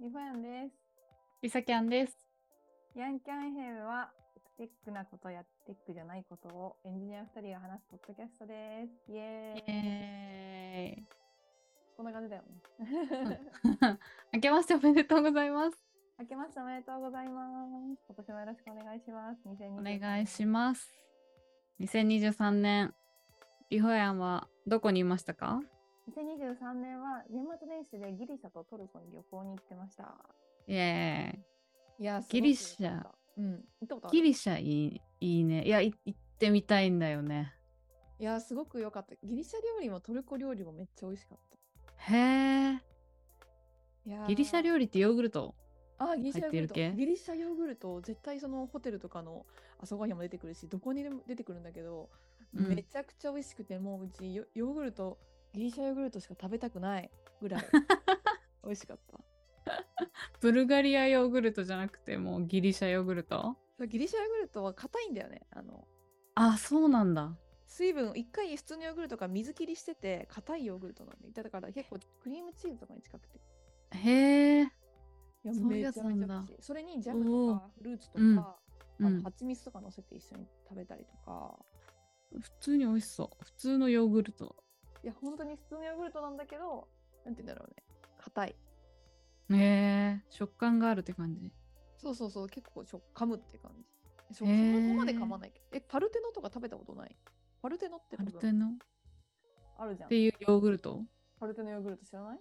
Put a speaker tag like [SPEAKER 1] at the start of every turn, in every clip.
[SPEAKER 1] ゆほやんです。
[SPEAKER 2] りさきゃんです。
[SPEAKER 1] ヤンキャンヘムは、テックなことやテックじゃないことをエンジニア2人が話すポッドキャストです。イエーイ。
[SPEAKER 2] えー、
[SPEAKER 1] こんな感じだよね。
[SPEAKER 2] 明けましておめでとうございます。
[SPEAKER 1] 明けましておめでとうございます。今年もよろしくお願いします。
[SPEAKER 2] お願いし
[SPEAKER 1] ま
[SPEAKER 2] ます。2023年、リホヤンはどこにいましたか
[SPEAKER 1] す。2023年は年末年始でギリシャとトルコに旅行に行ってま した。
[SPEAKER 2] イエーイ。
[SPEAKER 1] いや、
[SPEAKER 2] ギリシャ
[SPEAKER 1] すごく良かった。うん、行ったことある
[SPEAKER 2] ギリシャいいいいね。いや、い行ってみたいんだよね。
[SPEAKER 1] いや、すごく良かった。ギリシャ料理もトルコ料理もめっちゃ美味しかった。
[SPEAKER 2] へー。
[SPEAKER 1] いやー
[SPEAKER 2] ギリシャ料理ってヨーグルト
[SPEAKER 1] あーギリシャヨーグル
[SPEAKER 2] 入っ
[SPEAKER 1] ト
[SPEAKER 2] てる系
[SPEAKER 1] ギリシャヨーグルト絶対そのホテルとかの朝ごはんにも出てくるしどこにでも出てくるんだけど、
[SPEAKER 2] うん
[SPEAKER 1] めちゃくちゃ美味しくてもううちヨヨーグルトギリシャヨーグルトしか食べたくない ぐらい美味しかった
[SPEAKER 2] ブルガリアヨーグルトじゃなくてもうギリシャヨーグルト
[SPEAKER 1] そうギリシャヨーグルトは硬いんだよねあの
[SPEAKER 2] あ、そうなんだ。
[SPEAKER 1] 水分一回普通のヨーグルトが水切りしてて硬いヨーグルトなんでだから結構クリームチーズとかに近くて
[SPEAKER 2] へー。
[SPEAKER 1] いや
[SPEAKER 2] そういう
[SPEAKER 1] め
[SPEAKER 2] や
[SPEAKER 1] ち
[SPEAKER 2] つ
[SPEAKER 1] ゃ
[SPEAKER 2] な
[SPEAKER 1] め
[SPEAKER 2] ん
[SPEAKER 1] ちゃ
[SPEAKER 2] だ
[SPEAKER 1] 美味しいそれにジャムとかフルーツと
[SPEAKER 2] うん
[SPEAKER 1] か、
[SPEAKER 2] う
[SPEAKER 1] あの
[SPEAKER 2] ん、
[SPEAKER 1] 蜂蜜とか乗せて一緒に食べたりとか
[SPEAKER 2] 普通に美味しそう。普通のヨーグルト。
[SPEAKER 1] いや、本当に普通のヨーグルトなんだけど、なんて言うんだろうね。硬い。
[SPEAKER 2] へー。食感があるって感じ。
[SPEAKER 1] そうそうそう、結構しょ噛むって感じ。そ
[SPEAKER 2] へー
[SPEAKER 1] そこまで噛まないけど。え、パルテノとか食べたことないパルテノって
[SPEAKER 2] パ
[SPEAKER 1] 多
[SPEAKER 2] ルテ
[SPEAKER 1] 分
[SPEAKER 2] ノっ
[SPEAKER 1] あるじゃん
[SPEAKER 2] て。いうヨーグルト
[SPEAKER 1] パルテノヨーグルト知らない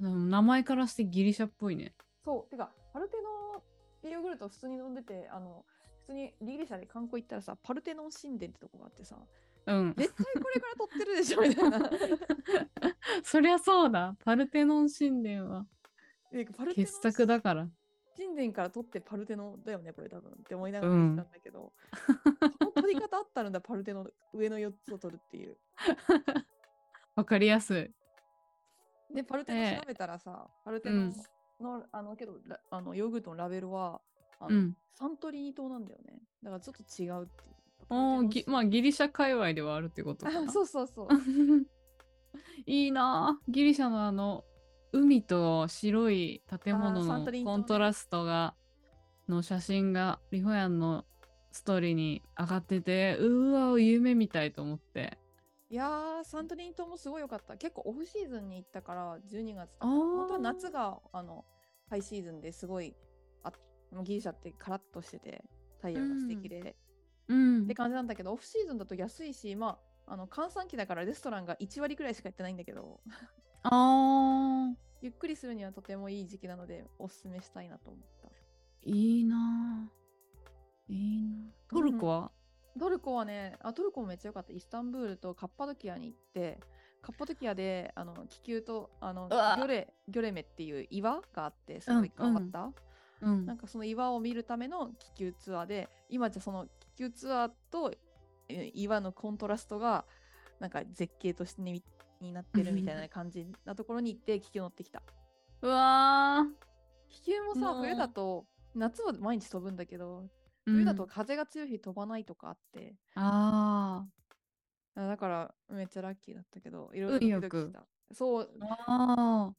[SPEAKER 2] でも名前からしてギリシャっぽいね。
[SPEAKER 1] そう。てか、パルテノヨーグルト普通に飲んでて、あの、普通にギリシャで観光行ったらさ、パルテノン神殿ってとこがあってさ、
[SPEAKER 2] うん。
[SPEAKER 1] 絶対これから撮ってるでしょみた いな。
[SPEAKER 2] そりゃそうだ。パルテノン神殿は
[SPEAKER 1] えパルテノ
[SPEAKER 2] 傑作だから。
[SPEAKER 1] 神殿から取ってパルテノだよねこれ多分って思いながら見てたんだけど、この取り方あったんだパルテノの上の4つを取るっ ていう。
[SPEAKER 2] わかりやすい。
[SPEAKER 1] でパルテ
[SPEAKER 2] え
[SPEAKER 1] ノ
[SPEAKER 2] え
[SPEAKER 1] 調べたらさ、パルテ
[SPEAKER 2] う
[SPEAKER 1] ノ
[SPEAKER 2] ん
[SPEAKER 1] の,、あのけどラあのヨーグルトのラベルはあ
[SPEAKER 2] う
[SPEAKER 1] の、
[SPEAKER 2] ん。
[SPEAKER 1] サントリーニ島なんだよねだからちょっと違うっていう。
[SPEAKER 2] おーぎまあ
[SPEAKER 1] あ
[SPEAKER 2] ギリシャ界隈ではあるってことかな。
[SPEAKER 1] そうそ うそう
[SPEAKER 2] いいなあギリシャのあの海と白い建
[SPEAKER 1] あ
[SPEAKER 2] 物
[SPEAKER 1] ーサントリー
[SPEAKER 2] の
[SPEAKER 1] ニ島
[SPEAKER 2] コ
[SPEAKER 1] ね
[SPEAKER 2] ントラストが、の写真がリホヤンのストーリーに上がっててうーわ夢みたいと思って。
[SPEAKER 1] いやーサントリーニ島もすごい良かった結構オフシーズンに行ったから12月とか
[SPEAKER 2] あー
[SPEAKER 1] 本当は夏があのハイシーズンですごいあもうギリシャってカラッとしてて太陽が素敵で、
[SPEAKER 2] うん
[SPEAKER 1] って感じなんだけど、オフシーズンだと安いし、まあ、あの閑散期だからレストランが1割くらいしかやってないんだけど、
[SPEAKER 2] あー
[SPEAKER 1] ゆっくりするにはとてもいい時期なので、おすすめしたいなと思った。
[SPEAKER 2] いいなぁいいなぁトルコは、
[SPEAKER 1] トルコはね、あトルコもめっちゃ良かった。イスタンブールとカッパドキアに行って、カッパドキアであの気球とあのギ
[SPEAKER 2] うわ
[SPEAKER 1] ョレギョレメっていう岩があって、すごい変わった。
[SPEAKER 2] うん
[SPEAKER 1] なんかその岩を見るための気球ツアーで今じゃその気球ツアーとえー岩のコントラストがなんか絶景としてにになってるみたいな感じなところに行って気球乗ってきた
[SPEAKER 2] うわー
[SPEAKER 1] 気球もさ
[SPEAKER 2] うわー
[SPEAKER 1] 冬だと夏は毎日飛ぶんだけど
[SPEAKER 2] うん
[SPEAKER 1] 冬だと風が強い日飛ばないとかあって、
[SPEAKER 2] あ
[SPEAKER 1] あだからめっちゃラッキーだったけどいろい
[SPEAKER 2] 運
[SPEAKER 1] ろ
[SPEAKER 2] よ
[SPEAKER 1] ド
[SPEAKER 2] く
[SPEAKER 1] キドキしたそう
[SPEAKER 2] ーあ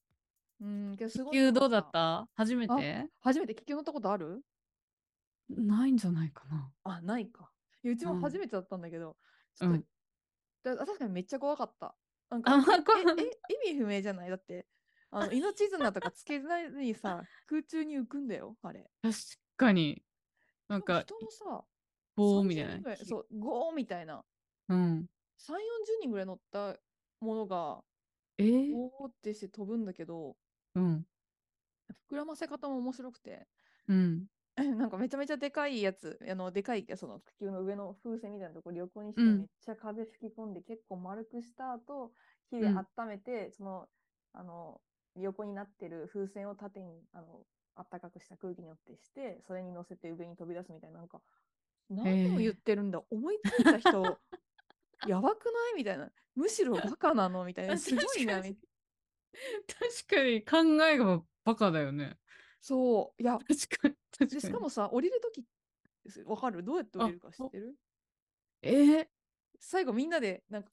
[SPEAKER 1] うんけどす
[SPEAKER 2] ー
[SPEAKER 1] ご
[SPEAKER 2] 気
[SPEAKER 1] い
[SPEAKER 2] 球どうだった初めて
[SPEAKER 1] 初めて気球乗ったことある
[SPEAKER 2] ないんじゃないかな
[SPEAKER 1] あないかいやうち
[SPEAKER 2] う
[SPEAKER 1] も
[SPEAKER 2] ん
[SPEAKER 1] 初めてだったんだけど、ち
[SPEAKER 2] う
[SPEAKER 1] ょっと
[SPEAKER 2] ん
[SPEAKER 1] だ確かにめっちゃ怖かった。なん か
[SPEAKER 2] あまあこ
[SPEAKER 1] ええ意味不明じゃないだってあの命綱とかつけないのにさ空中に浮くんだよあれ。
[SPEAKER 2] 確かに なんか
[SPEAKER 1] 人もさ
[SPEAKER 2] 棒
[SPEAKER 1] 30
[SPEAKER 2] みたい
[SPEAKER 1] 人ぐ
[SPEAKER 2] な
[SPEAKER 1] らそうゴーみたいな
[SPEAKER 2] うん
[SPEAKER 1] 3 4 0人ぐらい乗ったものが
[SPEAKER 2] えー、
[SPEAKER 1] ゴーってして飛ぶんだけど
[SPEAKER 2] うん
[SPEAKER 1] 膨らませ方も面白くて
[SPEAKER 2] うん
[SPEAKER 1] なんかめちゃめちゃでかいやつあのでかいその気球の上の風船みたいなところ横にして
[SPEAKER 2] うん
[SPEAKER 1] めっちゃ風吹き込んで結構丸くした後火で
[SPEAKER 2] うん
[SPEAKER 1] 温めて、そのあの横になってる風船を縦にあの暖かくした空気によってしてそれに乗せて上に飛び出すみたいななんか何を言ってるんだ、思いついた人やばくないみたいなむしろバカなのみたいなすごいな
[SPEAKER 2] 確か
[SPEAKER 1] み
[SPEAKER 2] に確かに考えがバカだよね
[SPEAKER 1] そういや
[SPEAKER 2] 確かに確か
[SPEAKER 1] で
[SPEAKER 2] に
[SPEAKER 1] しかもさ降りる時わかるどうやって降りるか知ってる
[SPEAKER 2] えー、
[SPEAKER 1] 最後みんなでなんか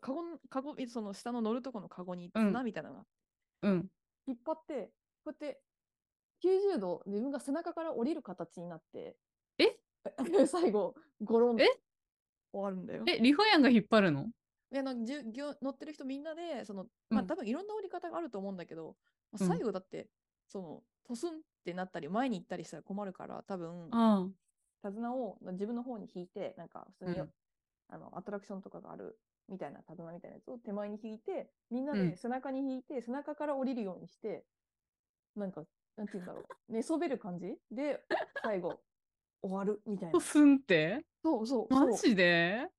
[SPEAKER 1] カゴのカゴえその下の乗るとこのカゴに
[SPEAKER 2] うん
[SPEAKER 1] 綱みたいなのが
[SPEAKER 2] うん
[SPEAKER 1] 引っ張ってこうやって90度、自分が背中から降りる形になって、
[SPEAKER 2] え
[SPEAKER 1] 最後、ゴロン
[SPEAKER 2] え
[SPEAKER 1] 終わるんだよ。
[SPEAKER 2] え、リホヤンが引っ張るの
[SPEAKER 1] いやなんかじゅぎょ乗ってる人みんなで、そのまあ、
[SPEAKER 2] うん
[SPEAKER 1] 多分いろんな降り方があると思うんだけど、ま
[SPEAKER 2] う
[SPEAKER 1] あ
[SPEAKER 2] ん
[SPEAKER 1] 最後だって、その、ポスンってなったり、前に行ったりしたら困るから、多分
[SPEAKER 2] あ
[SPEAKER 1] 手綱を自分の方に引いて、なんか普通によ、
[SPEAKER 2] うん
[SPEAKER 1] あのアトラクションとかがあるみたいな手綱みたいなやつを手前に引いて、みんな
[SPEAKER 2] う
[SPEAKER 1] で
[SPEAKER 2] ん
[SPEAKER 1] 背中に引いて、背中から降りるようにして、なんか、なんて言うんだ ろう、寝そべる感じで、最後、終わるみたい
[SPEAKER 2] あ。
[SPEAKER 1] な。
[SPEAKER 2] すんって
[SPEAKER 1] そうそう、
[SPEAKER 2] マ
[SPEAKER 1] そう、
[SPEAKER 2] ジで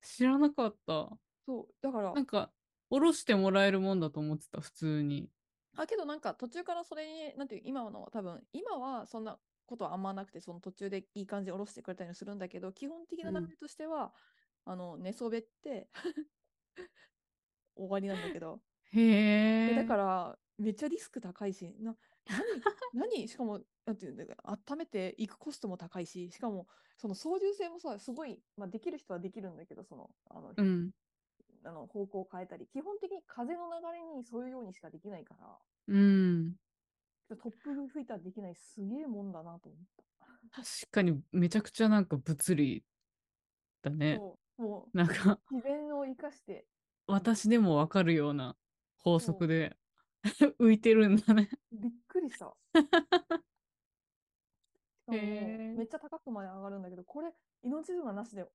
[SPEAKER 2] 知らなかった。
[SPEAKER 1] そう、だから
[SPEAKER 2] な、んか、おろしてもらえるもんだと思ってた、普通に。
[SPEAKER 1] あ、けどなんか途中からそれに、なんていう、今のは多分、今はそんなことはあんまなくて、その途中でいい感じで下ろしてくれたりもするんだけど、基本的な
[SPEAKER 2] うん
[SPEAKER 1] 流れとしては、あの、寝そべって、 終わりなんだけど。
[SPEAKER 2] へ
[SPEAKER 1] え
[SPEAKER 2] え。
[SPEAKER 1] だから、めっちゃリスク高いし、な、 何、何、しかも、なんていうんだろう、温めていくコストも高いし、しかも、その操縦性もさ、すごい、まあ、できる人はできるんだけど、その、あの、
[SPEAKER 2] うん。
[SPEAKER 1] あの方向を変えたり、基本的に風の流れにそういうようにしかできないから、
[SPEAKER 2] うん。
[SPEAKER 1] トップ吹いたらできない、すげえもんだなと思っ
[SPEAKER 2] 確かに、めちゃくちゃなんか物理だ
[SPEAKER 1] た。
[SPEAKER 2] ね。
[SPEAKER 1] そうも
[SPEAKER 2] なんか、
[SPEAKER 1] う、自然を生かして、
[SPEAKER 2] 私でもわかるような法
[SPEAKER 1] そう
[SPEAKER 2] 則で 浮いてるんだね。
[SPEAKER 1] びっくりした。しかも
[SPEAKER 2] へえ
[SPEAKER 1] めっちゃ高くまで上がるんだけど、これ、命綱なしで、お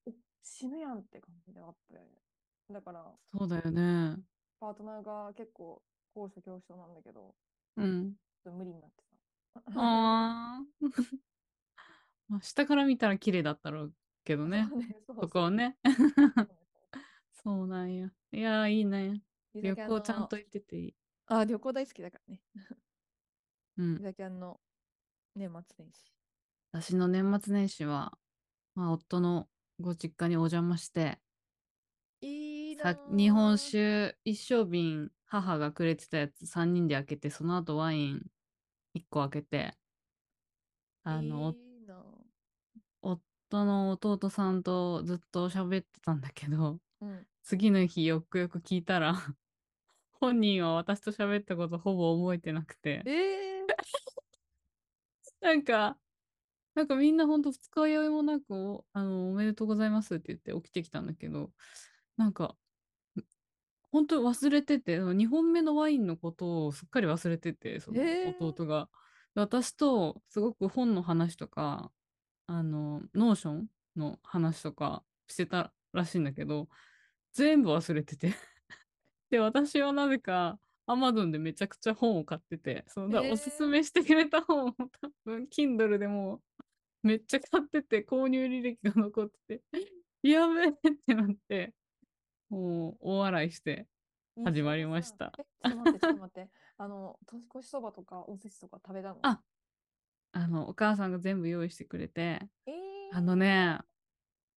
[SPEAKER 1] 死ぬやんって感じであって。だから、
[SPEAKER 2] そうだよね。
[SPEAKER 1] パートナーが結構、高所恐怖症なんだけど、
[SPEAKER 2] うん。
[SPEAKER 1] ちょっと無理になってた。
[SPEAKER 2] ああ。 まあ、下から見たら綺麗だったろう けどね
[SPEAKER 1] そ。う ね、そう
[SPEAKER 2] そこをね。
[SPEAKER 1] そうそう
[SPEAKER 2] そうなんや。いやー、いいね。
[SPEAKER 1] ゆ
[SPEAKER 2] 旅
[SPEAKER 1] ざき
[SPEAKER 2] 行ちゃ
[SPEAKER 1] あの
[SPEAKER 2] んと行ってていい。
[SPEAKER 1] あ、旅行大好きだからね。
[SPEAKER 2] うん
[SPEAKER 1] ゆ。ざきゃんの年末年始。
[SPEAKER 2] 私の年末年始は、まあ、夫のご実家にお邪魔して、
[SPEAKER 1] いいな
[SPEAKER 2] さ
[SPEAKER 1] ー
[SPEAKER 2] 日本酒一升瓶母がくれてたやつ3人で開けてその後ワイン1個開けてあの、
[SPEAKER 1] いいなー
[SPEAKER 2] 夫の弟さんとずっと喋ってたんだけど
[SPEAKER 1] うん。
[SPEAKER 2] 次の日よくよく聞いたら 本人は私と喋ったことほぼ覚えてなくて
[SPEAKER 1] ええ
[SPEAKER 2] なんかなんかみんなほんと二日酔いもなくおあのおめでとうございますって言って起きてきたんだけどなんかん本当に忘れてて2本目のワインのことをすっかり忘れててその
[SPEAKER 1] へー
[SPEAKER 2] 弟が、で私とすごく本の話とかあのノーションの話とかしてたらしいんだけど全部忘れて てで私はなぜかアマゾンでめちゃくちゃ本を買っててそのだからおすす
[SPEAKER 1] へー
[SPEAKER 2] めしてくれた本を多分 Kindle でもうめっちゃ買ってて購入履歴が残って てやべえってなってもう大笑いして
[SPEAKER 1] ー
[SPEAKER 2] 始まりまし。
[SPEAKER 1] い
[SPEAKER 2] た
[SPEAKER 1] いそうださえ、ちょっと待って、ちょっと待って。 あの、年越しそばとかおせちとか食べたの
[SPEAKER 2] ああのお母さんが全部用意してくれて
[SPEAKER 1] えー、
[SPEAKER 2] あのね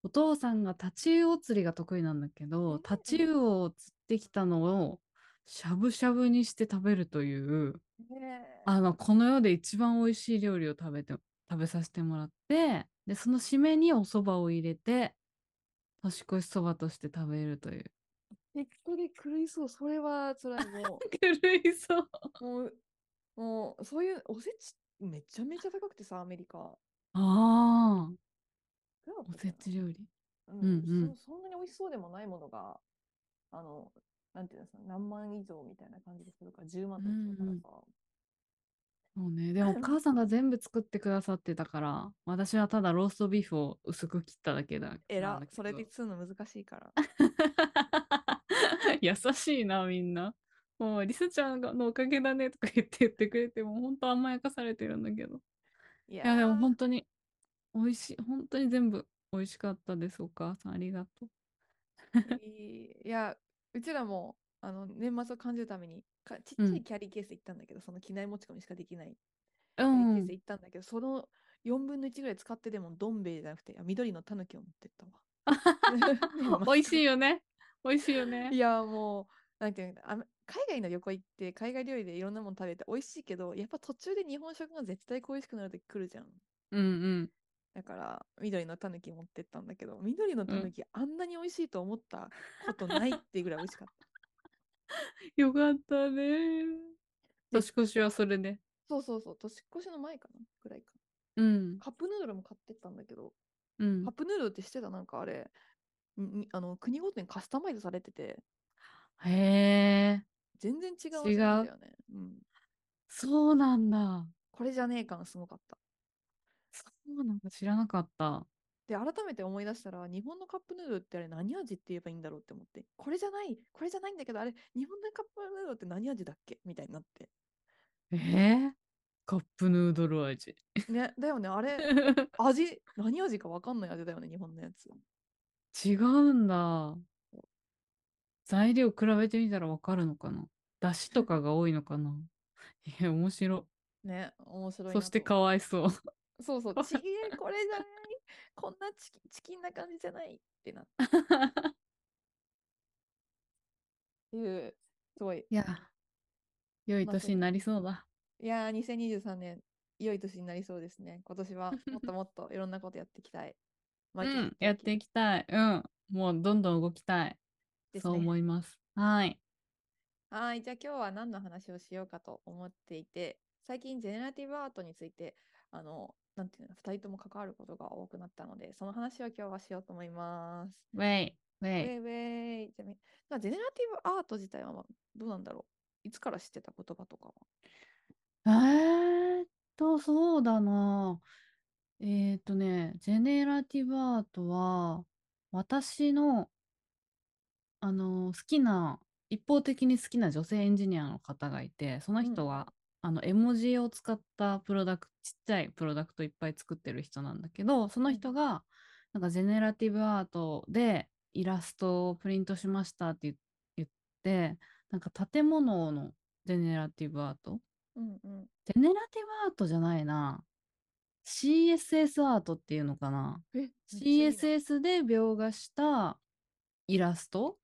[SPEAKER 2] お父さんがタチウオ釣りが得意なんだけ
[SPEAKER 1] う
[SPEAKER 2] ど
[SPEAKER 1] ん
[SPEAKER 2] タチウオを釣ってきたのをしゃぶしゃぶにして食べるという
[SPEAKER 1] ねえ
[SPEAKER 2] あのこの世で一番美味しい料理を食べて食べさせてもらってでその締めにお蕎麦を入れて年越しそばとして食べると いう
[SPEAKER 1] びっくり狂いそう。それは辛い。も
[SPEAKER 2] 狂いそう
[SPEAKER 1] う、もう、もう、そういうおせち、めちゃめちゃ高くてさ、アメリカ。
[SPEAKER 2] ああ
[SPEAKER 1] いくらだっ
[SPEAKER 2] お
[SPEAKER 1] たっけ
[SPEAKER 2] せ
[SPEAKER 1] な
[SPEAKER 2] ち料理
[SPEAKER 1] うん
[SPEAKER 2] うんうん
[SPEAKER 1] そ。そんなに美味しそうでもないものが、あの、なんていうんですか、何万以上みたいな感じでするから、10万とかするから
[SPEAKER 2] うんうん
[SPEAKER 1] さ。
[SPEAKER 2] そうね でもお母さんが全部作ってくださってたから私はただローストビーフを薄く切っただけだ
[SPEAKER 1] え
[SPEAKER 2] な
[SPEAKER 1] ら
[SPEAKER 2] んだ、け
[SPEAKER 1] それ
[SPEAKER 2] ど
[SPEAKER 1] で釣るの難しいから。
[SPEAKER 2] 優しいなみんな。もうリスちゃんがのおかげだねとか言って言ってくれてもうほんと甘やかされてるんだけど。
[SPEAKER 1] い
[SPEAKER 2] いやでも
[SPEAKER 1] ー
[SPEAKER 2] 本当に美味しい本当に全部美味しかったですお母さんありがとう。
[SPEAKER 1] いいいや、うちらもあの年末を感じるためにか、ちっち
[SPEAKER 2] う
[SPEAKER 1] ゃ
[SPEAKER 2] ん
[SPEAKER 1] いキャリーケース行ったんだけど、その機内持ち込みしかできないキ
[SPEAKER 2] う
[SPEAKER 1] ャリーケー
[SPEAKER 2] ん
[SPEAKER 1] ス行ったんだけど、その4分の1ぐらい使ってでも、どん兵衛じゃなくて、あ緑のたぬきを持ってった
[SPEAKER 2] 。
[SPEAKER 1] わ
[SPEAKER 2] 美味しい
[SPEAKER 1] よ。
[SPEAKER 2] よね美味しいよね
[SPEAKER 1] い。や、もう、なんていうのあの、海外の旅行行って、海外料理でいろんなもの食べて美味しいけど、やっぱ途中で日本食が絶対恋しくなるとき来るじゃん。
[SPEAKER 2] うん
[SPEAKER 1] だから、緑のたぬき持ってったんだけど、緑のたぬき、あんなに美味しいと思ったことないっていうぐらい美味しかった。
[SPEAKER 2] うんよかったね。
[SPEAKER 1] で
[SPEAKER 2] 年越しはそれで。
[SPEAKER 1] そうそうそう、年越しの前かなぐらいか
[SPEAKER 2] うん
[SPEAKER 1] な。。カップヌードルも買ってったんだけど、
[SPEAKER 2] うん
[SPEAKER 1] カッ。プヌードルってしてたなんかあれ、ににあの国ごとにカスタマイズされてて、
[SPEAKER 2] へえ。
[SPEAKER 1] 全然違う味なんだよね。うん。
[SPEAKER 2] そうなんだ。
[SPEAKER 1] これじゃねえ感すごかった。
[SPEAKER 2] そうなんだ。知らなかった。
[SPEAKER 1] で、改めて思い出したら、日本のカップヌードルってあれ何味って言えばいいんだろうって思って、これじゃない、これじゃないんだけど、あれ、日本のカップヌードルって何味だっけみたいになって。
[SPEAKER 2] えー、カップヌードル味。
[SPEAKER 1] ね、だよね、あれ、味、何味か分かんない味だよね、日本のやつ。
[SPEAKER 2] 違うんだ。材料比べてみたらわかるのかな。だしとかが多いのかな。 いや、面白。
[SPEAKER 1] ね、面白いな
[SPEAKER 2] そして
[SPEAKER 1] と
[SPEAKER 2] かわいそう。
[SPEAKER 1] そうそう、ちげえ、これじ ゃない、こんなチキチキンな感じじゃないって なっていう、すごい、
[SPEAKER 2] いや、良い
[SPEAKER 1] まあ
[SPEAKER 2] 年になりそうだ。
[SPEAKER 1] いやー、2023年、良い年になりそうですね。今年はもっともっといろんなことやっていきたい。
[SPEAKER 2] う
[SPEAKER 1] 毎年
[SPEAKER 2] ん、やっていきたい。うん。もうどんどん動きたい。
[SPEAKER 1] です
[SPEAKER 2] そう
[SPEAKER 1] ね
[SPEAKER 2] 思います。はい。
[SPEAKER 1] はーい、じゃあ今日は何の話をしようかと思っていて、最近ジェネラティブアートについて、あの、なんていうの、二人とも関わることが多くなったので、その話を今日はしようと思います。
[SPEAKER 2] ウェイ、ウ
[SPEAKER 1] ウ
[SPEAKER 2] ェイ。
[SPEAKER 1] ェイウェイ。じゃあみまあジェネラティブアート自体はまあどうなんだろういつから知ってた言葉とかは。
[SPEAKER 2] えーっと、そうだな。えーっとね、ジェネラティブアートは、私の、あの、好きな、一方的に好きな女性エンジニアの方がいて、その
[SPEAKER 1] うん
[SPEAKER 2] 人は、あの、絵文字を使ったプロダクト、ちっちゃいプロダクトいっぱい作ってる人なんだけど、その人が、なんかジェネラティブアートでイラストをプリントしましたって言言って、なんか建物のジェネラティブアート
[SPEAKER 1] うんうん。
[SPEAKER 2] ジェネラティブアートじゃないな。CSS アートっていうのかな。
[SPEAKER 1] え
[SPEAKER 2] CSS で描画したイラスト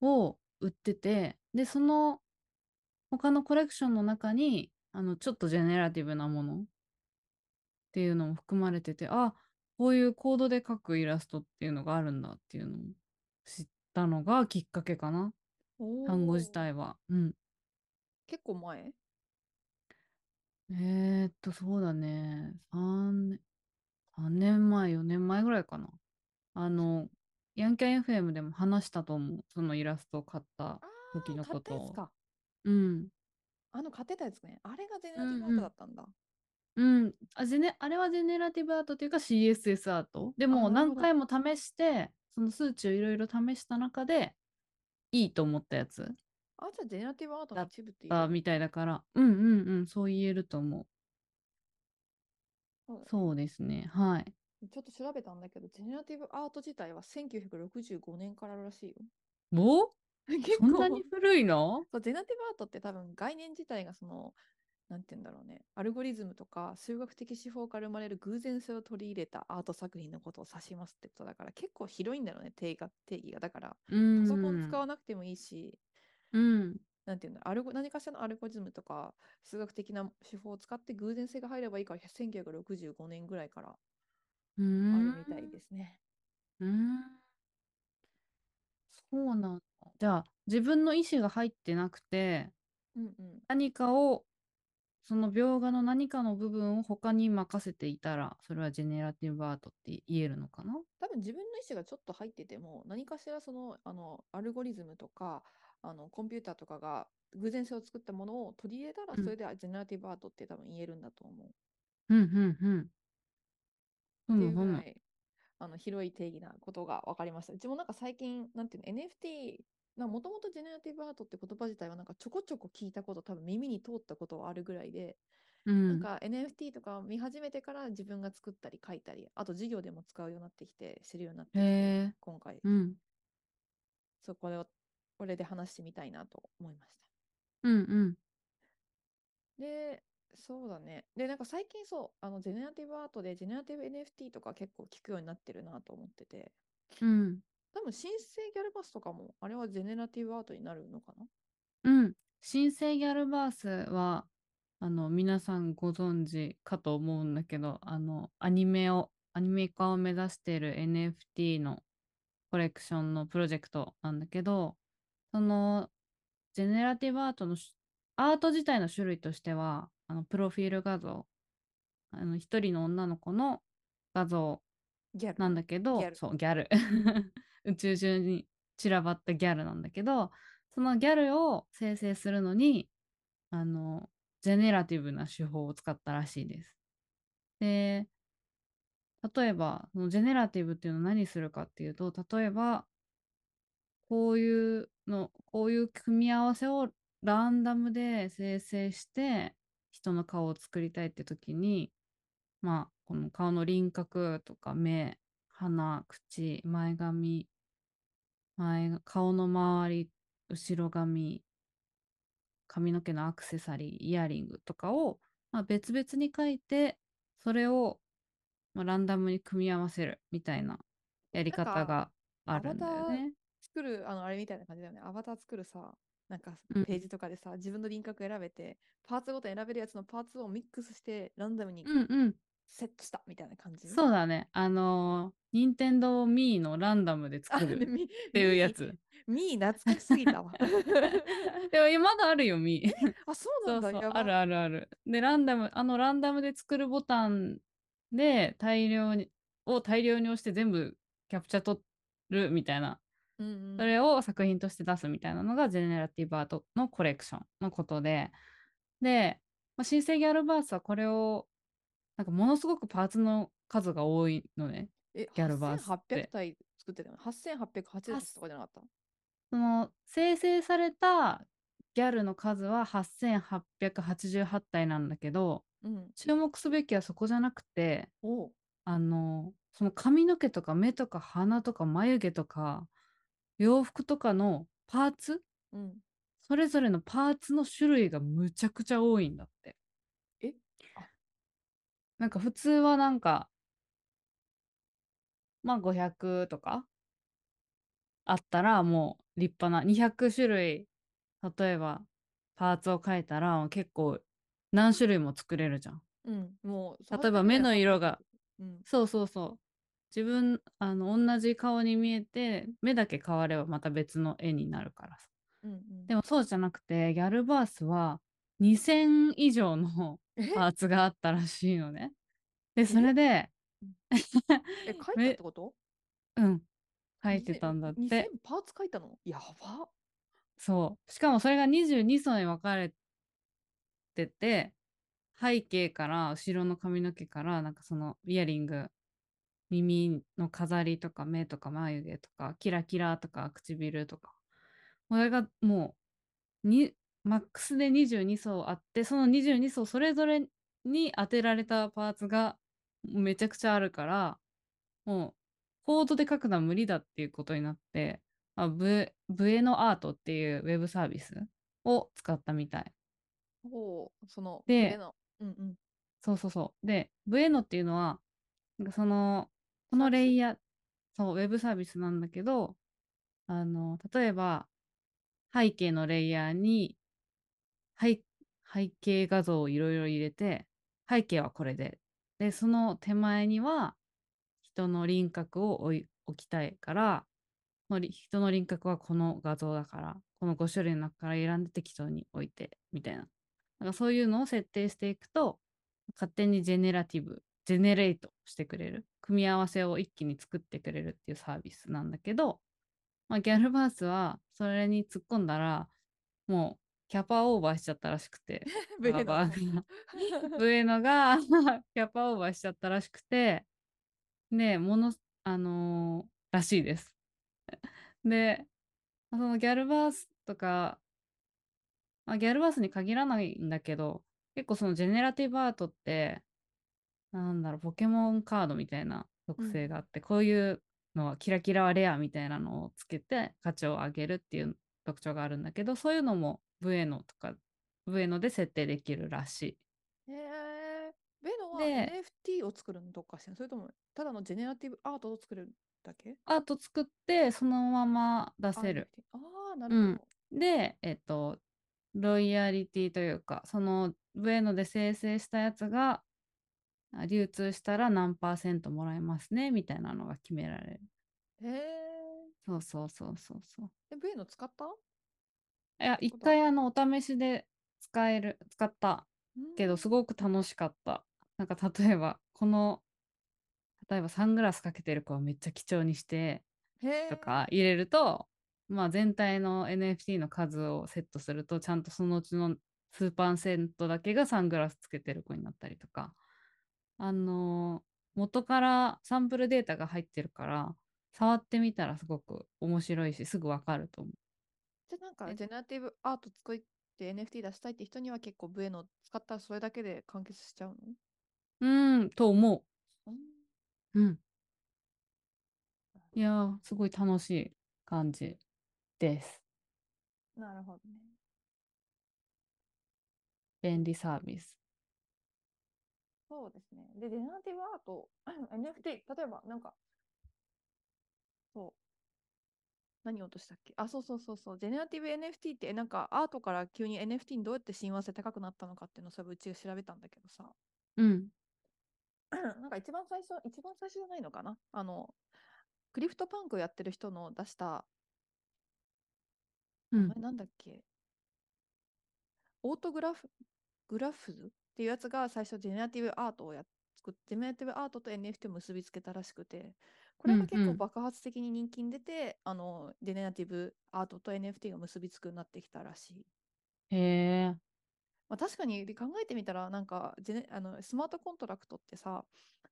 [SPEAKER 2] を売ってて、で、その他のコレクションの中に、あの、ちょっとジェネラティブなものっていうのも含まれてて、あ、こういうコードで描くイラストっていうのがあるんだっていうのを知ったのがきっかけかな。単語自。体は。うん。
[SPEAKER 1] 結構前
[SPEAKER 2] えーっと、そうだね。3年、三年前、4年前ぐらいかな。あの、ヤンキャン FM でも話したと思う。そのイラストを買った時の
[SPEAKER 1] 買
[SPEAKER 2] こ
[SPEAKER 1] った
[SPEAKER 2] と
[SPEAKER 1] やつ
[SPEAKER 2] を。
[SPEAKER 1] か。
[SPEAKER 2] うん。
[SPEAKER 1] あの買ってたやつね。あれがジェネラティブア
[SPEAKER 2] うんう
[SPEAKER 1] ー
[SPEAKER 2] ん
[SPEAKER 1] トだったんだ。
[SPEAKER 2] うん。あ、ジェネ、あれはジェネラティブアートというか CSS アート。でも
[SPEAKER 1] なる
[SPEAKER 2] 何
[SPEAKER 1] ほど
[SPEAKER 2] 回も試して、その数値をいろいろ試した中で、いいと思ったやつ
[SPEAKER 1] あ、じゃあジェネラティブアートの一部って言え
[SPEAKER 2] だ
[SPEAKER 1] る
[SPEAKER 2] みたいだから、うんうんうん、そう言えると思
[SPEAKER 1] そう
[SPEAKER 2] う。そうですね。はい。
[SPEAKER 1] ちょっと調べたんだけど、ジェネラティブアート自体は1965年かららしいよ。
[SPEAKER 2] お
[SPEAKER 1] 結
[SPEAKER 2] そんなに古いの
[SPEAKER 1] そう、ジェネラティブアートって多分概念自体がその、なんて言うんだろうね、アルゴリズムとか数学的手法から生まれる偶然性を取り入れたアート作品のことを指しますってことだから、結構広いんだろうね、定義が。定義がだから、パソコン使わなくてもいいし、
[SPEAKER 2] うん。
[SPEAKER 1] なんていうんだアルゴ、何かしらのアルゴリズムとか数学的な手法を使って偶然性が入ればいいから、1965年ぐらいからあ
[SPEAKER 2] う
[SPEAKER 1] る
[SPEAKER 2] ん。
[SPEAKER 1] みたいですね。
[SPEAKER 2] うーん。そうなんだ。じゃあ、自分の意思が入ってなくて、
[SPEAKER 1] うんうん。
[SPEAKER 2] 何かを、その描画の何かの部分を他に任せていたら、それはジェネラティブアートって言えるのかな
[SPEAKER 1] 多分自分の意思がちょっと入ってても何かしらそのあのアルゴリズムとかあのコンピューターとかが偶然性を作ったものを取り入れたら
[SPEAKER 2] うん
[SPEAKER 1] それでジェネラティブアートって多分言えるんだと思う。
[SPEAKER 2] うんうんうん。ふ
[SPEAKER 1] って
[SPEAKER 2] む
[SPEAKER 1] いう
[SPEAKER 2] ふ
[SPEAKER 1] ぐ
[SPEAKER 2] む
[SPEAKER 1] ら。いあの広い定義なことが分かりました。うちもなんか最近なんていうの NFT なもともとジェネラティブアートって言葉自体はなんかちょこちょこ聞いたこと多分耳に通ったことはあるぐらいで
[SPEAKER 2] う
[SPEAKER 1] なん
[SPEAKER 2] ん。
[SPEAKER 1] か NFT とか見始めてから自分が作ったり書いたりあと授業でも使うようになってきて知るようになってきて
[SPEAKER 2] へえ。
[SPEAKER 1] 今回
[SPEAKER 2] うん。
[SPEAKER 1] そう、これを、これで話してみたいなと思いました。
[SPEAKER 2] うんうん。
[SPEAKER 1] で、そうだね。で、なんか最近そう、あの、ジェネラティブアートで、ジェネラティブ NFT とか結構聞くようになってるなと思ってて、
[SPEAKER 2] うん。
[SPEAKER 1] 多分、新生ギャルバスとかも、あれはジェネラティブアートになるのかな
[SPEAKER 2] うん。新生ギャルバースは、あの、皆さんご存知かと思うんだけど、あの、アニメを、アニメ化を目指している NFT のコレクションのプロジェクトなんだけど、その、ジェネラティブアートのし、アート自体の種類としては、あのプロフィール画像あの一人の女の子の画像
[SPEAKER 1] ギャル。
[SPEAKER 2] なんだけど
[SPEAKER 1] ギャル
[SPEAKER 2] そうギャル 宇宙中に散らばったギャルなんだけどそのギャルを生成するのにあのジェネラティブな手法を使ったらしいです。で例えばそのジェネラティブっていうのは何するかっていうと例えばこういうのこういう組み合わせをランダムで生成して人の顔を作りたいって時にまあこの顔の輪郭とか目鼻口前髪前顔の周り後ろ髪髪の毛のアクセサリーイヤリングとかを、まあ、別々に書いてそれを、まあ、ランダムに組み合わせるみたいなやり
[SPEAKER 1] な
[SPEAKER 2] 方
[SPEAKER 1] んか
[SPEAKER 2] があるんだ
[SPEAKER 1] アバ
[SPEAKER 2] よ
[SPEAKER 1] ター
[SPEAKER 2] ね。
[SPEAKER 1] 作る、あの、あれみたいな感じだよね。アバター作るさ、なんか
[SPEAKER 2] うん
[SPEAKER 1] ページとかでさ、自分の輪郭選べて、パーツごとに選べるやつのパーツをミックスして、ランダムに
[SPEAKER 2] うんうん
[SPEAKER 1] セットしたみたいな感じ。
[SPEAKER 2] そうだね。あのー、Nintendo Mii のランダムで
[SPEAKER 1] あ
[SPEAKER 2] 作るっ
[SPEAKER 1] み
[SPEAKER 2] ていうやつ。
[SPEAKER 1] ミー懐かしすぎたわ。
[SPEAKER 2] でも今まだあるよ、Mii。
[SPEAKER 1] あ、そう
[SPEAKER 2] そ
[SPEAKER 1] な
[SPEAKER 2] うんそ
[SPEAKER 1] だ。
[SPEAKER 2] う
[SPEAKER 1] や、ば
[SPEAKER 2] あるあるある。で、ランダム、あのランダムで作るボタンで大量に、を大量に押して全部キャプチャ取るみたいな、
[SPEAKER 1] うんうん
[SPEAKER 2] それを作品として出すみたいなのが、ジェネラティブアートのコレクションのことで、で、まあ、新生ギャルバースはこれを、なんかものすごくパーツの数が多いのね。
[SPEAKER 1] え、
[SPEAKER 2] ギャルバースって
[SPEAKER 1] 8800体作ってたよね。8880とかじゃなかった
[SPEAKER 2] その生成されたギャルの数は8888体なんだけど
[SPEAKER 1] うん。
[SPEAKER 2] 注目すべきはそこじゃなくて
[SPEAKER 1] おう
[SPEAKER 2] あのその髪の毛とか目とか鼻とか眉毛とか洋服とかのパーツ
[SPEAKER 1] うん。
[SPEAKER 2] それぞれのパーツの種類がむちゃくちゃ多いんだって。
[SPEAKER 1] えあ
[SPEAKER 2] なんか普通はなんかまあ500とかあったらもう立派な200種類例えばパーツを変えたら結構何種類も作れるじゃん。
[SPEAKER 1] うん。もう、そ
[SPEAKER 2] 例えば目の色が。
[SPEAKER 1] うん。
[SPEAKER 2] そうそうそう。自分あの同じ顔に見えて目だけ変わればまた別の絵になるからさ。
[SPEAKER 1] うんうん。
[SPEAKER 2] でもそうじゃなくてギャルバースは2000以上の
[SPEAKER 1] え
[SPEAKER 2] パーツがあったらしいのね。でそれで
[SPEAKER 1] え、書いたってこと
[SPEAKER 2] うん書いてたんだっ
[SPEAKER 1] 2000
[SPEAKER 2] て。
[SPEAKER 1] パーツ書いたのやば。
[SPEAKER 2] そうしかもそれが22層に分かれてて背景から後ろの髪の毛からなんかそのイヤリング耳の飾りとか目とか眉毛とかキラキラとか唇とかこれがもうにマックスで22層あってその22層それぞれに当てられたパーツがめちゃくちゃあるからもうコードで書くのは無理だっていうことになってあブブエノアートっていうウェブサービスを使ったみたい。
[SPEAKER 1] おう、その、
[SPEAKER 2] で
[SPEAKER 1] 目の。うん うん。
[SPEAKER 2] そうそうそう。で、ブエノっていうのは、なんかその、このレイヤー、そう、ウェブサービスなんだけど、あの、例えば、背景のレイヤーに、背背景画像をいろいろ入れて、背景はこれで。で、その手前には、人の輪郭を置い置きたいから、そのり人の輪郭はこの画像だから、この5種類の中から選んで適当に置いて、みたいな。なんかそういうのを設定していくと、勝手にジェネラティブ、ジェネレートしてくれる。組み合わせを一気に作ってくれるっていうサービスなんだけど、まあ、ギャルバースはそれに突っ込んだら、もうキャパオーバーしちゃったらしくて、
[SPEAKER 1] ブエノ
[SPEAKER 2] ババアがブエノが キャパオーバーしちゃったらしくて、で、もの、あのーらしいです。 で、そのギャルバースとか、まあ、ギャルバースに限らないんだけど、結構そのジェネラティブアートって、なんだろう、ポケモンカードみたいな特性があって、こういうのはキラキラはレアみたいなのをつけて価値を上げるっていう特徴があるんだけど、そういうのもブエノとか、ブエノで設定できるらしい。
[SPEAKER 1] へえ。ベノは
[SPEAKER 2] で
[SPEAKER 1] NFT を作るのどっかしてんのそれとも、ただのジェネラティブアートを作るだけ
[SPEAKER 2] アート作って、そのまま出
[SPEAKER 1] あ
[SPEAKER 2] せる。。
[SPEAKER 1] NFT ああ、なるほ
[SPEAKER 2] で、えっと、ロイヤリティというか、そのブエノで生成したやつがあ流通したら何パーセントもらえますね、みたいなのが決められる。
[SPEAKER 1] ど。へえ。
[SPEAKER 2] そうそうそうそうそう。
[SPEAKER 1] え、ベノ使った
[SPEAKER 2] いや、
[SPEAKER 1] そ
[SPEAKER 2] 一
[SPEAKER 1] うだ
[SPEAKER 2] 回あの、お試しで使える、使った。けどすごく楽しかった。なんか例えばこの例えばサングラスかけてる子をめっちゃ貴重にして
[SPEAKER 1] へー
[SPEAKER 2] とか入れると、まあ、全体の NFT の数をセットするとちゃんとそのうちの数パーセントだけがサングラスつけてる子になったりとかあの元からサンプルデータが入ってるから触ってみたらすごく面白いしすぐわかると思う。
[SPEAKER 1] じゃあなんか
[SPEAKER 2] え
[SPEAKER 1] ジェネラティブアート作って NFT 出したいって人には結構ブエノ使ったらそれだけで完結しちゃうの
[SPEAKER 2] うんと思
[SPEAKER 1] うん
[SPEAKER 2] う。うん、いやーすごい楽しい感じです。
[SPEAKER 1] なるほどね。
[SPEAKER 2] 便利サービス。
[SPEAKER 1] そうですね。で、ジェネラティブアート、NFT、例えばなんか、そう。何を落としたっけあ、そうそうそうそう。ジェネラティブ NFT って、なんかアートから急に NFT にどうやって親和性高くなったのかっていうのを、それうちが調べたんだけどさ。
[SPEAKER 2] うん。
[SPEAKER 1] なんか一番最初、一番最初じゃないのかなあの、クリフトパンクをやってる人の出した、
[SPEAKER 2] う
[SPEAKER 1] あ
[SPEAKER 2] ん
[SPEAKER 1] れ。なんだっけオートグラフ、グラフズっていうやつが最初ジェネラティブアートをやっ作っジェネラティブアートと NFT を結びつけたらしくて、これが結
[SPEAKER 2] うんう
[SPEAKER 1] 構
[SPEAKER 2] ん
[SPEAKER 1] 爆発的に人気に出て、あの、ジェネラティブアートと NFT が結びつくようになってきたらしい。
[SPEAKER 2] へえ。
[SPEAKER 1] まあ、確かに考えてみたら、なんかジェネあの、スマートコントラクトってさ、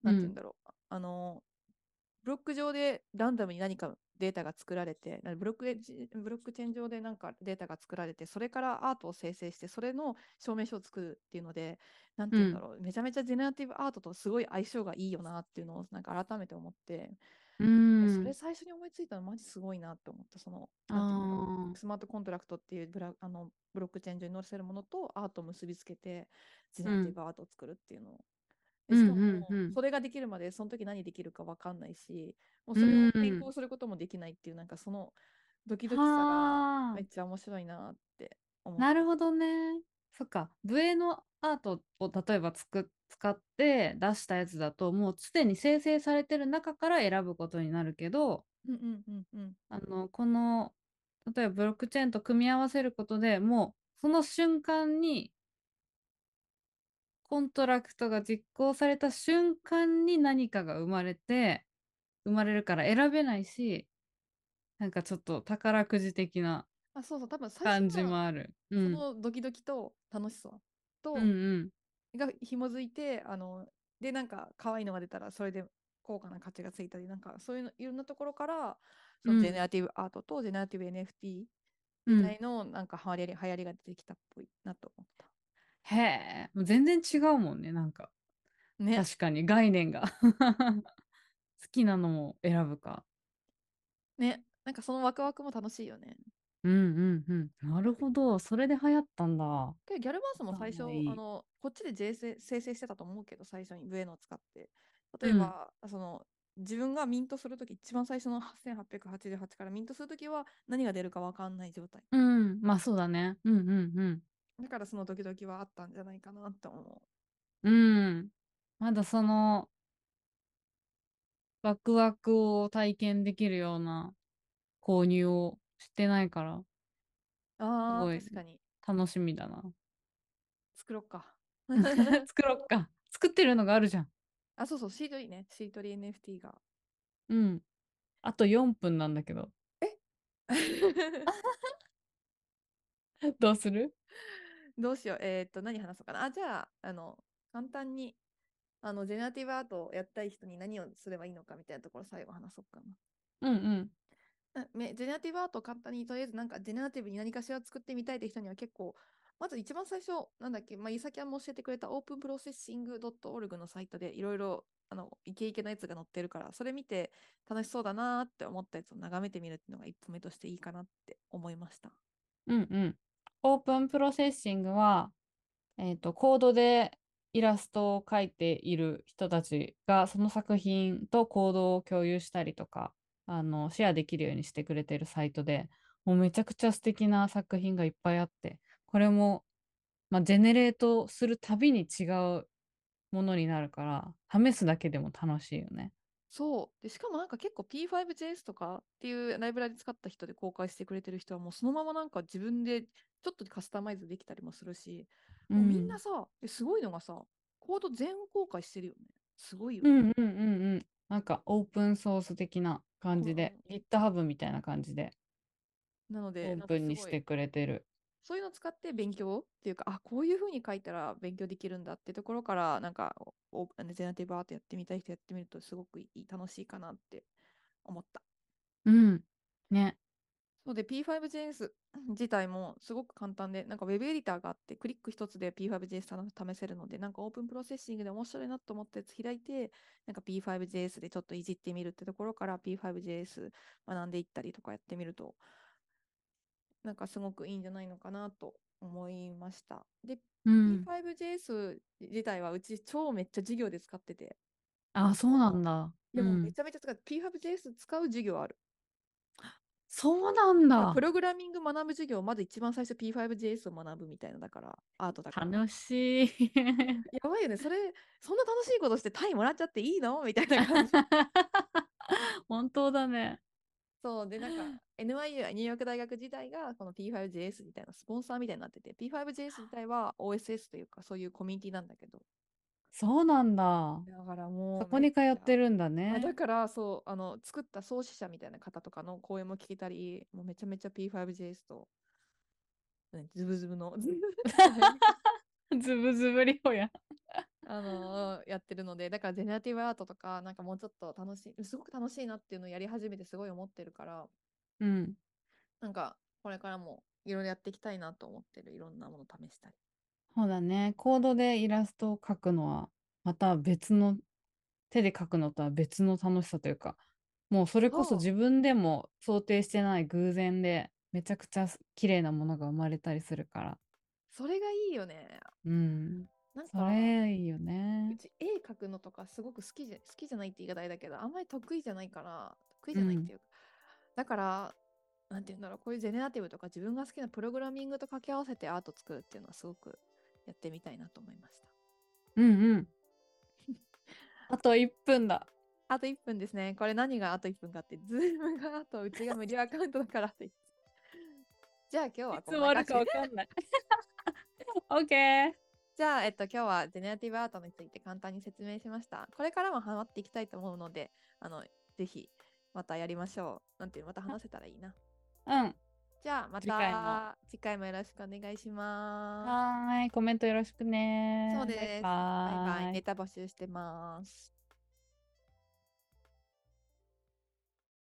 [SPEAKER 1] なんて言う
[SPEAKER 2] うん
[SPEAKER 1] んだろう、あの、ブロック上でランダムに何かデータが作られて、なブロックでじブロックチェーン上でなんかデータが作られて、それからアートを生成して、それの証明書を作るっていうので、なんて言うんだ
[SPEAKER 2] うん
[SPEAKER 1] ろう、めちゃめちゃジェネラティブアートとすごい相性がいいよなっていうのを、なんか改めて思って、
[SPEAKER 2] う
[SPEAKER 1] そ
[SPEAKER 2] ん
[SPEAKER 1] れ。最初に思いついたのマジすごいなって思った。その、
[SPEAKER 2] あ
[SPEAKER 1] なんていうんだろ
[SPEAKER 2] ー
[SPEAKER 1] う。スマートコントラクトっていうブラあのブロックチェーン上に載せるものとアートを結びつけて、ジェネラティブアートを作るっていうのを。でしか
[SPEAKER 2] うんうん
[SPEAKER 1] も
[SPEAKER 2] うん
[SPEAKER 1] それができるまで、その時何できるかわかんないし、もうそれを変
[SPEAKER 2] う
[SPEAKER 1] 更することもできないっていう、なんかそのドキドキさが
[SPEAKER 2] は
[SPEAKER 1] め
[SPEAKER 2] ー
[SPEAKER 1] っちゃ面白いなって思
[SPEAKER 2] なる
[SPEAKER 1] ほ
[SPEAKER 2] ほどね。そっか。ブエのアートを例えばつく使って出したやつだと、もうすでに生成されてる中から選ぶことになるけど、
[SPEAKER 1] ど。うんうんうんうん。
[SPEAKER 2] あの、この、例えばブロックチェーンと組み合わせることでもう、その瞬間に、コントラクトが実行された瞬間に何かが生まれて、生まれるから選べないし、なんかちょっと宝くじ的な
[SPEAKER 1] あ、そうそう、多分最
[SPEAKER 2] 感
[SPEAKER 1] 初
[SPEAKER 2] じも
[SPEAKER 1] は
[SPEAKER 2] ある。う
[SPEAKER 1] そ
[SPEAKER 2] ん。
[SPEAKER 1] のドキドキと楽しさと、
[SPEAKER 2] うんうん。
[SPEAKER 1] が紐づいて、あの、で、なんか、可愛いのが出たら、それで高価な価値がついたり、なんか、そういうの、いろんなところから、その
[SPEAKER 2] うん
[SPEAKER 1] ジェネラティブアートとジェネラティブ NFT
[SPEAKER 2] う
[SPEAKER 1] み
[SPEAKER 2] ん
[SPEAKER 1] たいの、なんか、流行り、流行りが出てきたっぽいなと思った。
[SPEAKER 2] へえ、もう全然違うもんね、なんか。
[SPEAKER 1] ね。
[SPEAKER 2] 確かに概念が。 好きなのを選ぶか。
[SPEAKER 1] ね。なんか、そのワクワクも楽しいよね。
[SPEAKER 2] うんうんうん。なるほど。それで流行ったんだ。
[SPEAKER 1] けどギャルバースも
[SPEAKER 2] そう
[SPEAKER 1] 最初、
[SPEAKER 2] もういい
[SPEAKER 1] あの、こっちで J 生生成してたと思うけど、最初にブエノを使って。例えば、その、自分がミントするとき、一番最初の8888からミントするときは、何が出るかわかんない状態。
[SPEAKER 2] うん。まあそうだね。うんうん
[SPEAKER 1] だからそのドキドキはあったんじゃないかなって思
[SPEAKER 2] うん。うん。まだその、ワクワクを体験できるような購入をしてないから
[SPEAKER 1] う。あ
[SPEAKER 2] す
[SPEAKER 1] あ
[SPEAKER 2] ご
[SPEAKER 1] ー、
[SPEAKER 2] い
[SPEAKER 1] 確かに。
[SPEAKER 2] 楽しみだな。
[SPEAKER 1] 作ろっか。
[SPEAKER 2] 作ろっか。作ってるのがあるじゃん。
[SPEAKER 1] あ、そうそう、シートリーね。シートリー NFT が。
[SPEAKER 2] うん。あと4分なんだけど。どうする
[SPEAKER 1] どうしよう。えーっと、何話そうかな。あ、じゃあ、あの、簡単に、あの、ジェネラティブアートをやったい人に何をすればいいのかみたいなところ最後話そうか
[SPEAKER 2] うんうん。
[SPEAKER 1] な。あめジェネラティブアートを簡単に、とりあえずなんか、ジェネラティブに何かしら作ってみたいって人には結構、まず一番最初、なんだっけ、まあ、ゆさきゃんも教えてくれたオープンプロセッシング .org のサイトでいろいろ、あの、イケイケなやつが載ってるから、それ見て楽しそうだなーって思ったやつを眺めてみるっていうのが一歩目としていいかなって思いました。
[SPEAKER 2] うんうん。オープンプロセッシングは、えっと、コードでイラストを描いている人たちが、その作品とコードを共有したりとか、あの、シェアできるようにしてくれてるサイトで、もうめちゃくちゃ素敵な作品がいっぱいあって、これも、まあ、ジェネレートするたびに違うものになるから、試すだけでも楽しいよね。
[SPEAKER 1] そう。で、しかもなんか結構 P5JS とかっていうライブラリ使った人で公開してくれてる人はもうそのままなんか自分でちょっとカスタマイズできたりもするし、もうみんなさ、えすごいのがさ、コード全公開してるよね。すごいよ
[SPEAKER 2] う
[SPEAKER 1] ね。
[SPEAKER 2] んうんうんうん。なんかオープンソース的な感じで、GitHub みたいな感じで
[SPEAKER 1] なの
[SPEAKER 2] オ
[SPEAKER 1] で、なん
[SPEAKER 2] ー
[SPEAKER 1] か
[SPEAKER 2] プンにし
[SPEAKER 1] すごい
[SPEAKER 2] てくれてる。
[SPEAKER 1] そういうのを使って勉強っていうか、あ、こういうふうに書いたら勉強できるんだってところから、なんか、おあのゼナティブアートやってみたい人やってみると、すごくいい楽しいかなって思った。
[SPEAKER 2] うん。ね。
[SPEAKER 1] そうで、P5JS 自体もすごく簡単で、なんかウェブエディターがあって、クリック一つで P5JS 試せるので、なんかオープンプロセッシングで面白いなと思ったやつ開いて、なんか P5JS でちょっといじってみるってところから P5JS 学んでいったりとかやってみると、なんかすごくいいんじゃないのかなと思いました。で、
[SPEAKER 2] うん。
[SPEAKER 1] P5JS 自体はうち超めっちゃ授業で使ってて、
[SPEAKER 2] あ、そうなんだ。
[SPEAKER 1] でも
[SPEAKER 2] うん
[SPEAKER 1] めちゃめちゃ使って、P5JS 使う授業ある。
[SPEAKER 2] そうなん
[SPEAKER 1] まあ
[SPEAKER 2] だ
[SPEAKER 1] プ。ログラミング学ぶ授業、まず一番最初 P5JS を学ぶみたいな、だから、アートだから。
[SPEAKER 2] 楽しい。
[SPEAKER 1] やばいよね、それ、そんな楽しいことして単位もらっちゃっていいのみたいな感じ。
[SPEAKER 2] 本当だね。
[SPEAKER 1] そう、で、 なん か、NYU、ニューヨーク大学自体が、この P5JS みたいな、スポンサーみたいになってて、P5JS 自体は OSS というか、そういうコミュニティなんだけど。
[SPEAKER 2] そうなんだ。
[SPEAKER 1] だからもう、
[SPEAKER 2] そこに通って
[SPEAKER 1] る。
[SPEAKER 2] るんだ
[SPEAKER 1] あ
[SPEAKER 2] ね。
[SPEAKER 1] だから、そう、あの、作った創始者みたいな方とかの講演も聞けたり、もうめちゃめちゃ P5JS と、ねズブズ ブの、ズブズブ
[SPEAKER 2] ズブズブリオや。
[SPEAKER 1] あのーやってるので、だからゼネラティブアートとか、なんかもうちょっと楽しい、すごく楽しいなっていうのをやり始めてすごい思ってるから、
[SPEAKER 2] うん。
[SPEAKER 1] なんかこれからもいろいろやっていきたいなと思ってる、いろんなもの試したり。
[SPEAKER 2] そうだね。コードでイラストを描くのは、また別の、手で描くのとは別の楽しさというか、もうそれこ
[SPEAKER 1] そ
[SPEAKER 2] そう自分でも想定してない偶然で、めちゃくちゃ綺麗なものが生まれたりするから。
[SPEAKER 1] それがいいよね。
[SPEAKER 2] うん。
[SPEAKER 1] なん
[SPEAKER 2] そ
[SPEAKER 1] か、
[SPEAKER 2] れいいよ
[SPEAKER 1] う
[SPEAKER 2] ね。
[SPEAKER 1] ち絵描くのとかすごく好きじゃ、好きじゃないって言い方あれだけど、あんまり得意じゃないから、得意じゃないっていうか、だから、なんて言うんだろう、こういうゼネラティブとか自分が好きなプログラミングと掛け合わせてアート作るっていうのはすごくやってみたいなと思いました。
[SPEAKER 2] うんうん。 あと1分だ。
[SPEAKER 1] あと1分ですね。これ何があと1分かって、ズームがあと、うちが無料アカウントだからって。 じゃあ今日はいこ
[SPEAKER 2] つ終
[SPEAKER 1] ん
[SPEAKER 2] わ
[SPEAKER 1] な
[SPEAKER 2] るかわ
[SPEAKER 1] 感じ。
[SPEAKER 2] かんない。 オッケー。
[SPEAKER 1] じゃあ、えっと、今日はゼネラティブアートについて簡単に説明しました。これからもハマっていきたいと思うので、あの、ぜひ、またやりましょう。なんていう、また話せたらいいな。
[SPEAKER 2] うん。
[SPEAKER 1] じゃあ、ま
[SPEAKER 2] 次回も
[SPEAKER 1] た次回もよろしくお願いしま
[SPEAKER 2] はーい。コメントよろしく
[SPEAKER 1] す。
[SPEAKER 2] ね。
[SPEAKER 1] そうです。
[SPEAKER 2] バイバ
[SPEAKER 1] バイバイ。
[SPEAKER 2] イ
[SPEAKER 1] ネ。タ募集してます。